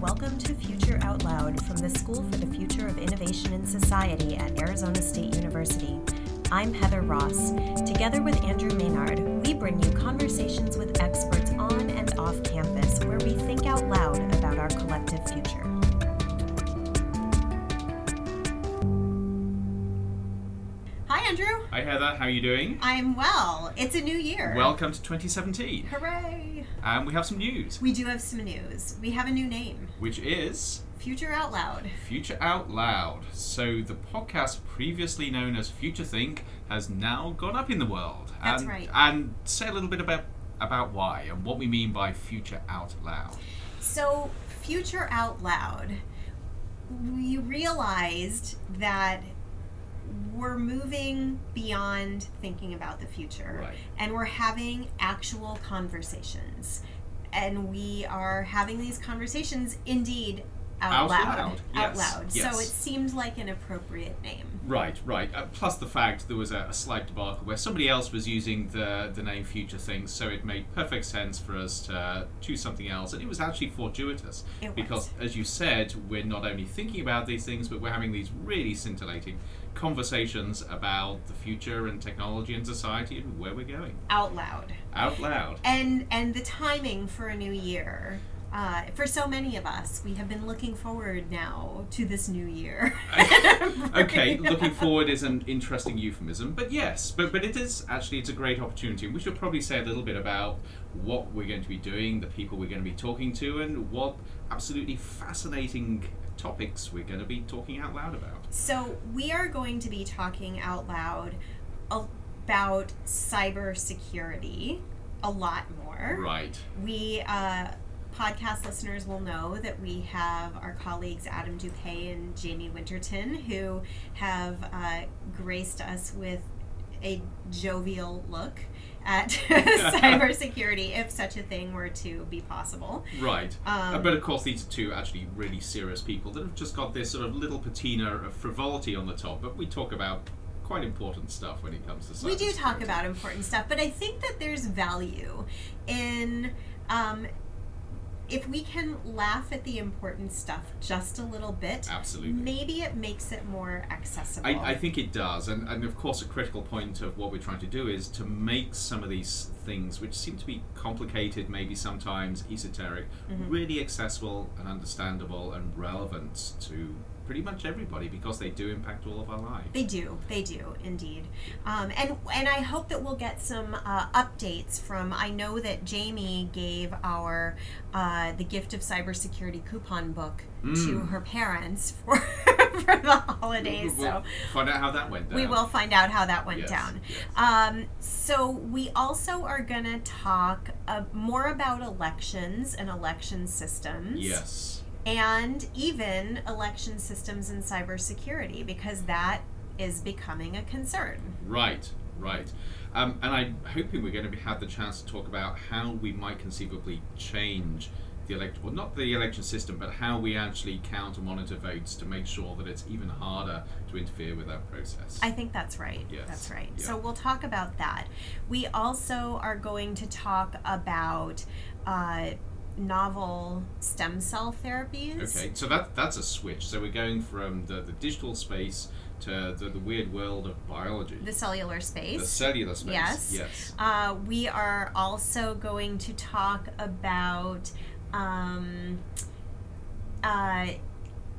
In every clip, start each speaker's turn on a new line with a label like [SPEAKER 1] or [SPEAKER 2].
[SPEAKER 1] Welcome to Future Out Loud from the School for the Future of Innovation in Society at Arizona State University. I'm Heather Ross. Together with Andrew Maynard, we bring you conversations with experts on and off campus where we think out loud about our collective future. Hi, Andrew.
[SPEAKER 2] Hi Heather, how are you doing?
[SPEAKER 1] I'm well. It's a new year.
[SPEAKER 2] Welcome to 2017.
[SPEAKER 1] Hooray!
[SPEAKER 2] And we have some news,
[SPEAKER 1] We do have some news. We have a new name
[SPEAKER 2] which is
[SPEAKER 1] Future Out Loud.
[SPEAKER 2] Future Out Loud. So the podcast previously known as Future Think has now gone up in the world.
[SPEAKER 1] That's
[SPEAKER 2] and,
[SPEAKER 1] right.
[SPEAKER 2] And say a little bit about about why and what we mean by Future Out Loud.
[SPEAKER 1] So, Future Out Loud, we realized that we're moving beyond thinking about the future
[SPEAKER 2] Right.
[SPEAKER 1] and we're having actual conversations. And we are having these conversations indeed out,
[SPEAKER 2] Out
[SPEAKER 1] loud.
[SPEAKER 2] loud,
[SPEAKER 1] Out
[SPEAKER 2] yes,
[SPEAKER 1] loud. So,
[SPEAKER 2] yes.
[SPEAKER 1] it seemed like an appropriate name.
[SPEAKER 2] Right, right. Uh, plus the fact there was a, a slight debacle where somebody else was using the the name Future Things, so it made perfect sense for us to choose something else, and it was actually fortuitous
[SPEAKER 1] It was.
[SPEAKER 2] because, as you said, we're not only thinking about these things, but we're having these really scintillating conversations about the future and technology and society and where we're going
[SPEAKER 1] Out loud.
[SPEAKER 2] out loud.
[SPEAKER 1] and and the timing for a new year uh, for so many of us we have been looking forward now to this new year
[SPEAKER 2] okay, looking forward is an interesting euphemism, but yes, but but it is actually it's a great opportunity. We should probably say a little bit about what we're going to be doing, the people we're going to be talking to, and what absolutely fascinating topics we're going to be talking out loud about.
[SPEAKER 1] so we are going to be talking out loud about cybersecurity a lot more
[SPEAKER 2] Right.
[SPEAKER 1] we uh, podcast listeners will know that we have our colleagues adam dupay and jamie winterton who have uh, graced us with a jovial look at cybersecurity if such a thing were to be possible
[SPEAKER 2] Right. Uh,
[SPEAKER 1] um,
[SPEAKER 2] but of course, these are two actually really serious people that have just got this sort of little patina of frivolity on the top. But we talk about quite important stuff when it comes to cybersecurity.
[SPEAKER 1] we do talk about important stuff but i think that there's value in um, if we can laugh at the important stuff just a little bit
[SPEAKER 2] absolutely.
[SPEAKER 1] maybe it makes it more accessible
[SPEAKER 2] I, I think it does, and, and of course, a critical point of what we're trying to do is to make some of these things, which seem to be complicated, maybe sometimes esoteric,
[SPEAKER 1] Mm-hmm.
[SPEAKER 2] really accessible and understandable and relevant to pretty much everybody because they do impact all of our lives.
[SPEAKER 1] They do. They do indeed. Um, and and I hope that we'll get some uh, updates from. I know that Jamie gave our uh, the gift of cybersecurity coupon book to
[SPEAKER 2] Mm.
[SPEAKER 1] her parents for for the holidays.
[SPEAKER 2] We'll-
[SPEAKER 1] So.
[SPEAKER 2] we'll find out how that went down.
[SPEAKER 1] We will find out how that went
[SPEAKER 2] Yes,
[SPEAKER 1] down.
[SPEAKER 2] yes.
[SPEAKER 1] Um, so, we also are going to talk uh, more about elections and election systems
[SPEAKER 2] Yes.
[SPEAKER 1] and even election systems and cybersecurity because that is becoming a concern.
[SPEAKER 2] Right, right. Um, and I'm hoping we're going to be, have the chance to talk about how we might conceivably change the election, well, not the election system, but how we actually count and monitor votes to make sure that it's even harder to interfere with that process.
[SPEAKER 1] I think that's right.
[SPEAKER 2] Yes.
[SPEAKER 1] That's right.
[SPEAKER 2] Yeah.
[SPEAKER 1] So we'll talk about that. We also are going to talk about uh, novel stem cell therapies.
[SPEAKER 2] okay, so that that's a switch. So we're going from the, the digital space to the, the weird world of biology,
[SPEAKER 1] The cellular space.
[SPEAKER 2] the cellular space.
[SPEAKER 1] Yes.
[SPEAKER 2] Yes.
[SPEAKER 1] Uh, we are also going to talk about um, uh,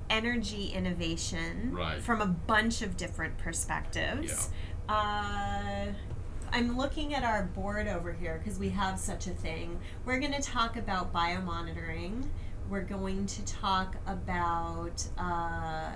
[SPEAKER 1] energy innovation
[SPEAKER 2] Right.
[SPEAKER 1] from a bunch of different perspectives. Uh, I'm looking at our board over here because we have such a thing. We're going to talk about biomonitoring. We're going to talk about uh,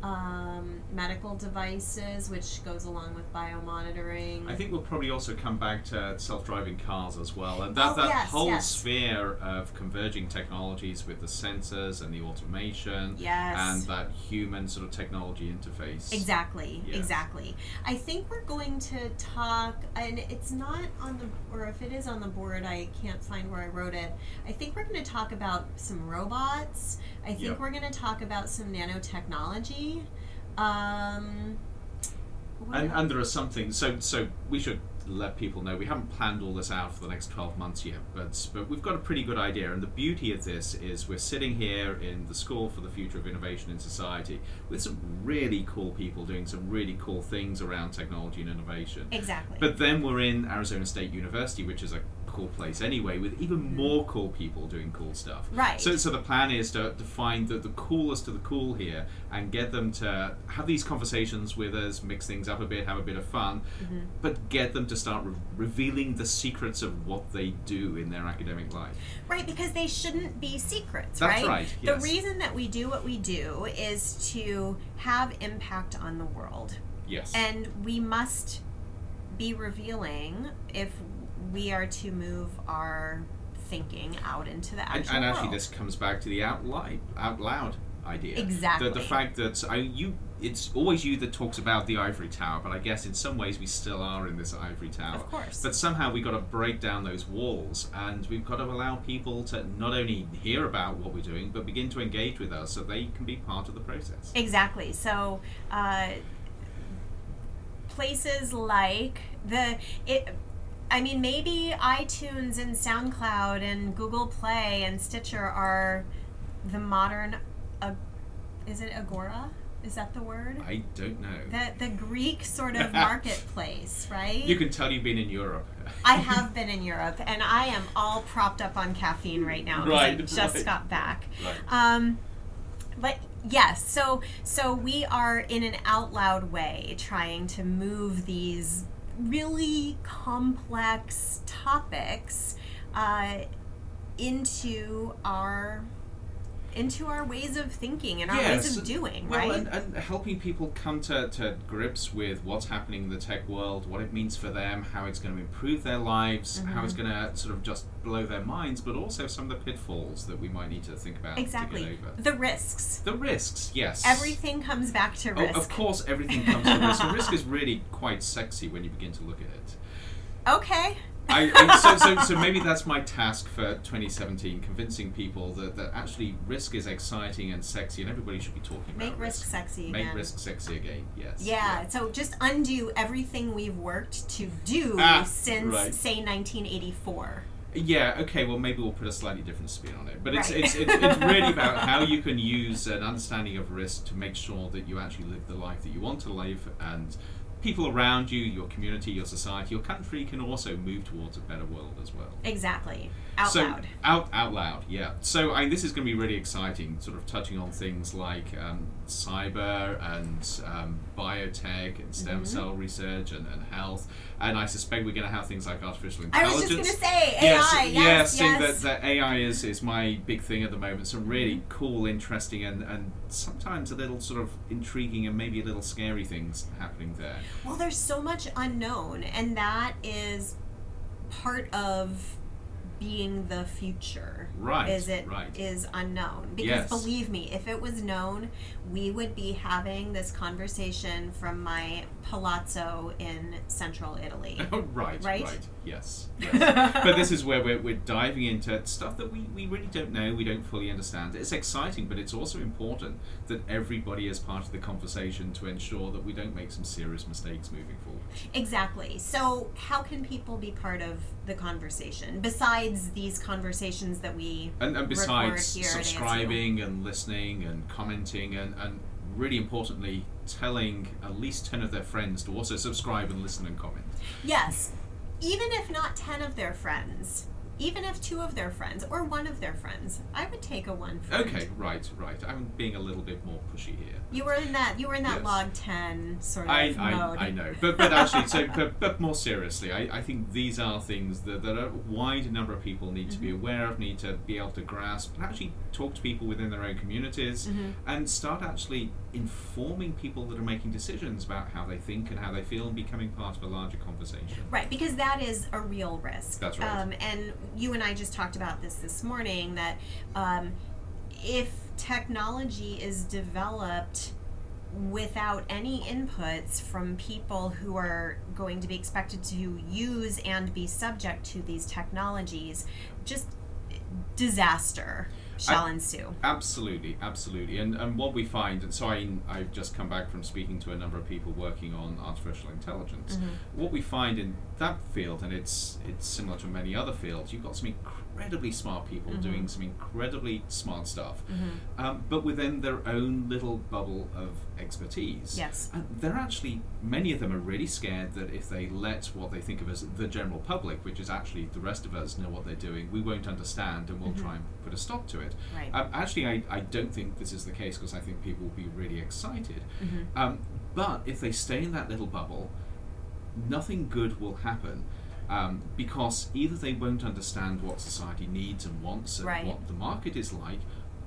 [SPEAKER 1] um, medical devices, which goes along with biomonitoring.
[SPEAKER 2] I think we'll probably also come back to self-driving cars as well, and
[SPEAKER 1] Oh,
[SPEAKER 2] that, that
[SPEAKER 1] yes,
[SPEAKER 2] whole
[SPEAKER 1] yes.
[SPEAKER 2] sphere of converging technologies with the sensors and the automation
[SPEAKER 1] Yes.
[SPEAKER 2] and that human sort of technology interface.
[SPEAKER 1] Exactly,
[SPEAKER 2] Yes.
[SPEAKER 1] exactly. I think we're going to talk, and it's not on the, or if it is on the board, I can't find where I wrote it. I think we're going to talk about some robots. I think
[SPEAKER 2] Yep.
[SPEAKER 1] we're going to talk about some nanotechnology. Um, what
[SPEAKER 2] And,
[SPEAKER 1] else?
[SPEAKER 2] and there are some things. So so we should let people know. We haven't planned all this out for the next 12 months yet, but, but we've got a pretty good idea. And the beauty of this is we're sitting here in the School for the Future of Innovation in Society with some really cool people doing some really cool things around technology and innovation.
[SPEAKER 1] Exactly.
[SPEAKER 2] But then we're in Arizona State University, which is a cool place anyway, with even more cool people doing cool stuff.
[SPEAKER 1] Right.
[SPEAKER 2] So, so the plan is to, to find the, the coolest of the cool here and get them to have these conversations with us, mix things up a bit, have a bit of fun,
[SPEAKER 1] Mm-hmm.
[SPEAKER 2] but get them to start re- revealing the secrets of what they do in their academic life.
[SPEAKER 1] Right, because they shouldn't be secrets,
[SPEAKER 2] That's
[SPEAKER 1] right?
[SPEAKER 2] right, yes.
[SPEAKER 1] The reason that we do what we do is to have impact on the world.
[SPEAKER 2] Yes.
[SPEAKER 1] And we must be revealing if we are to move our thinking out into the
[SPEAKER 2] and,
[SPEAKER 1] actual
[SPEAKER 2] and actually,
[SPEAKER 1] world.
[SPEAKER 2] this comes back to the out, li- out loud idea. The- The,
[SPEAKER 1] Exactly.
[SPEAKER 2] fact that I, you, it's always you that talks about the ivory tower, but I guess in some ways we still are in this ivory tower.
[SPEAKER 1] Of course.
[SPEAKER 2] But somehow we've got to break down those walls, and we've got to allow people to not only hear about what we're doing, but begin to engage with us so they can be part of the process.
[SPEAKER 1] Exactly. So, uh, places like the it. I mean, maybe iTunes and SoundCloud and Google Play and Stitcher are the modern. Uh, is it Agora? Is that the word?
[SPEAKER 2] I don't know.
[SPEAKER 1] The the Greek sort of marketplace, right?
[SPEAKER 2] You can tell you've been in Europe.
[SPEAKER 1] I have been in Europe, and I am all propped up on caffeine right now because I
[SPEAKER 2] Right,
[SPEAKER 1] just
[SPEAKER 2] right.
[SPEAKER 1] got back.
[SPEAKER 2] Right.
[SPEAKER 1] Um, but yes, so so we are in an out loud way trying to move these really complex topics uh, into our into our ways of thinking and our ways
[SPEAKER 2] Yes.
[SPEAKER 1] of doing,
[SPEAKER 2] Well,
[SPEAKER 1] right?
[SPEAKER 2] and, uh, and helping people come to, to grips with what's happening in the tech world, what it means for them, how it's going to improve their lives, how
[SPEAKER 1] Mm-hmm.
[SPEAKER 2] it's going to sort of just blow their minds, but also some of the pitfalls that we might need to think about to
[SPEAKER 1] exactly.
[SPEAKER 2] get over.
[SPEAKER 1] The risks.
[SPEAKER 2] The risks, yes.
[SPEAKER 1] Everything comes back to
[SPEAKER 2] Oh,
[SPEAKER 1] risk.
[SPEAKER 2] of course, everything comes to risk. And risk is really quite sexy when you begin to look at it.
[SPEAKER 1] Okay.
[SPEAKER 2] I, I, so, so, so maybe that's my task for 2017 convincing people that, that actually risk is exciting and sexy and everybody should be talking
[SPEAKER 1] Make
[SPEAKER 2] about
[SPEAKER 1] risk sexy
[SPEAKER 2] Make
[SPEAKER 1] again.
[SPEAKER 2] risk sexy again, yes.
[SPEAKER 1] Yeah, so just undo everything we've worked to do
[SPEAKER 2] Ah,
[SPEAKER 1] since,
[SPEAKER 2] right.
[SPEAKER 1] say, 1984.
[SPEAKER 2] Yeah, okay, well, maybe we'll put a slightly different spin on it. But it's,
[SPEAKER 1] Right.
[SPEAKER 2] it's, it's, it's really about how you can use an understanding of risk to make sure that you actually live the life that you want to live and people around you, your community, your society, your country can also move towards a better world as well.
[SPEAKER 1] Exactly. Out
[SPEAKER 2] so,
[SPEAKER 1] loud.
[SPEAKER 2] Out, out loud, yeah. So I, this is going to be really exciting, sort of touching on things like um, cyber and um, biotech and
[SPEAKER 1] Mm-hmm.
[SPEAKER 2] stem cell research and, and health. And I suspect we're going to have things like artificial
[SPEAKER 1] I
[SPEAKER 2] intelligence.
[SPEAKER 1] was just going to say AI.
[SPEAKER 2] Yes,
[SPEAKER 1] yes,
[SPEAKER 2] yeah, seeing
[SPEAKER 1] yes. Mm-hmm.
[SPEAKER 2] That, that AI is, is my big thing at the moment. Some really cool, interesting, and, and sometimes a little sort of intriguing and maybe a little scary things happening there.
[SPEAKER 1] well, there's so much unknown, and that is part of being the future.
[SPEAKER 2] Right,
[SPEAKER 1] Is it
[SPEAKER 2] right.
[SPEAKER 1] is unknown because
[SPEAKER 2] Yes.
[SPEAKER 1] believe me, if it was known, we would be having this conversation from my palazzo in central Italy.
[SPEAKER 2] Oh, right,
[SPEAKER 1] Right?
[SPEAKER 2] right, yes. yes. but this is where we're, we're diving into stuff that we, we really don't know, we don't fully understand. It's exciting, but it's also important that everybody is part of the conversation to ensure that we don't make some serious mistakes moving forward.
[SPEAKER 1] Exactly. So, how can people be part of the conversation besides these conversations that we
[SPEAKER 2] And, and besides
[SPEAKER 1] record here at ASU?
[SPEAKER 2] subscribing and listening and commenting and, and really importantly, telling at least 10 of their friends to also subscribe and listen and comment.
[SPEAKER 1] Yes, even if not ten of their friends, even if two of their friends or one of their friends, I would take a one. Friend.
[SPEAKER 2] Okay, right, right. I'm being a little bit more pushy here.
[SPEAKER 1] You were in that. You were in that
[SPEAKER 2] Yes.
[SPEAKER 1] log ten sort of
[SPEAKER 2] I,
[SPEAKER 1] mode.
[SPEAKER 2] I, I know, but but actually, so but, but more seriously, I, I think these are things that, that a wide number of people need to be aware of, need to be able to grasp, and actually talk to people within their own communities,
[SPEAKER 1] Mm-hmm.
[SPEAKER 2] and start actually informing people that are making decisions about how they think and how they feel, and becoming part of a larger conversation.
[SPEAKER 1] Right, because that is a real risk.
[SPEAKER 2] That's right.
[SPEAKER 1] Um, and you and I just talked about this this morning that um, if technology is developed without any inputs from people who are going to be expected to use and be subject to these technologies, just disaster. shall ensue.
[SPEAKER 2] Absolutely, absolutely. And and what we find, and so I, I've just come back from speaking to a number of people working on artificial intelligence. What we find in that field, and it's it's similar to many other fields, you've got some incredibly smart people doing some incredibly smart stuff,
[SPEAKER 1] Mm-hmm.
[SPEAKER 2] um, but within their own little bubble of expertise.
[SPEAKER 1] Yes.
[SPEAKER 2] And they're actually, many of them are really scared that if they let what they think of as the general public, which is actually the rest of us, know what they're doing, we won't understand and we'll try and put a stop to it.
[SPEAKER 1] Right.
[SPEAKER 2] Um, actually, I, I don't think this is the case because I think people will be really excited.
[SPEAKER 1] Mm-hmm.
[SPEAKER 2] Um, but if they stay in that little bubble, nothing good will happen um, because either they won't understand what society needs and wants and
[SPEAKER 1] Right.
[SPEAKER 2] what the market is like.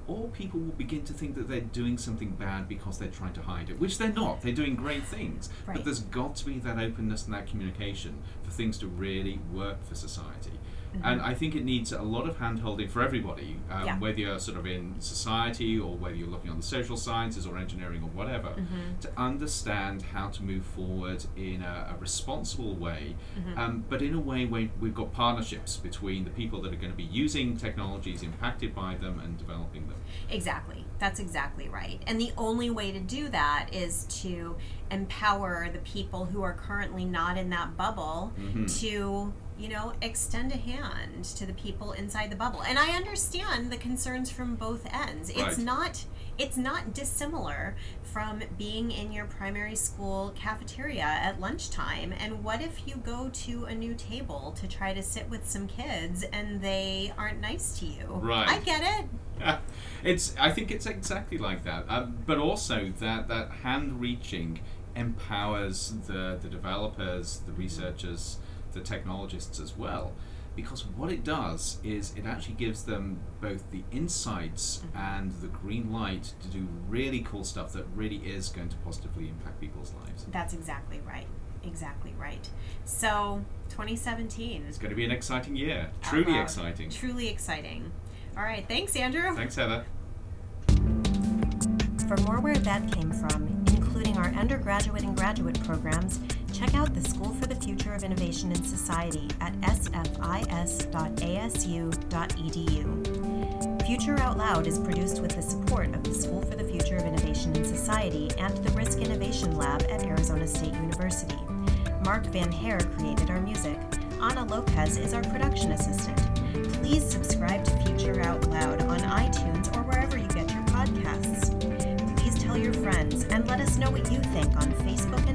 [SPEAKER 2] Or people will begin to think that they're doing something bad because they're trying to hide it, which they're not. They're doing great things.
[SPEAKER 1] Right.
[SPEAKER 2] But there's got to be that openness and that communication for things to really work for society.
[SPEAKER 1] Mm-hmm.
[SPEAKER 2] And I think it needs a lot of hand holding for everybody, um,
[SPEAKER 1] Yeah.
[SPEAKER 2] whether you're sort of in society or whether you're looking on the social sciences or engineering or whatever,
[SPEAKER 1] Mm-hmm.
[SPEAKER 2] to understand how to move forward in a, a responsible way,
[SPEAKER 1] Mm-hmm.
[SPEAKER 2] um, but in a way where we've got partnerships between the people that are going to be using technologies impacted by them and developing them.
[SPEAKER 1] Exactly. That's exactly right. And the only way to do that is to empower the people who are currently not in that bubble
[SPEAKER 2] Hmm. Mm-hmm.
[SPEAKER 1] to, you know, extend a hand to the people inside the bubble. And I understand the concerns from both ends. It's
[SPEAKER 2] Right.
[SPEAKER 1] not it's not dissimilar from being in your primary school cafeteria at lunchtime. And what if you go to a new table to try to sit with some kids and they aren't nice to you?
[SPEAKER 2] Right.
[SPEAKER 1] I get it.
[SPEAKER 2] it's I think it's exactly like that. Um, but also that that hand reaching empowers the the developers, the researchers, the technologists as well. Because what it does is it actually gives them both the insights and the green light to do really cool stuff that really is going to positively impact people's lives.
[SPEAKER 1] That's exactly right. Exactly right. So, 2017
[SPEAKER 2] It's going to be an exciting year, truly
[SPEAKER 1] Uh-huh.
[SPEAKER 2] exciting.
[SPEAKER 1] truly exciting. All right, thanks, Andrew.
[SPEAKER 2] Thanks, Heather.
[SPEAKER 1] For more where that came from, including our undergraduate and graduate programs, check out the School for the Future of Innovation in Society at sfis.asu.edu. E Future Out Loud is produced with the support of the School for the Future of Innovation in Society and the Risk Innovation Lab at Arizona State University. Mark Van Hare created our music. Ana Lopez is our production assistant. Please subscribe to Future Out Loud on iTunes or wherever you get your podcasts. Please tell your friends and let us know what you think on Facebook and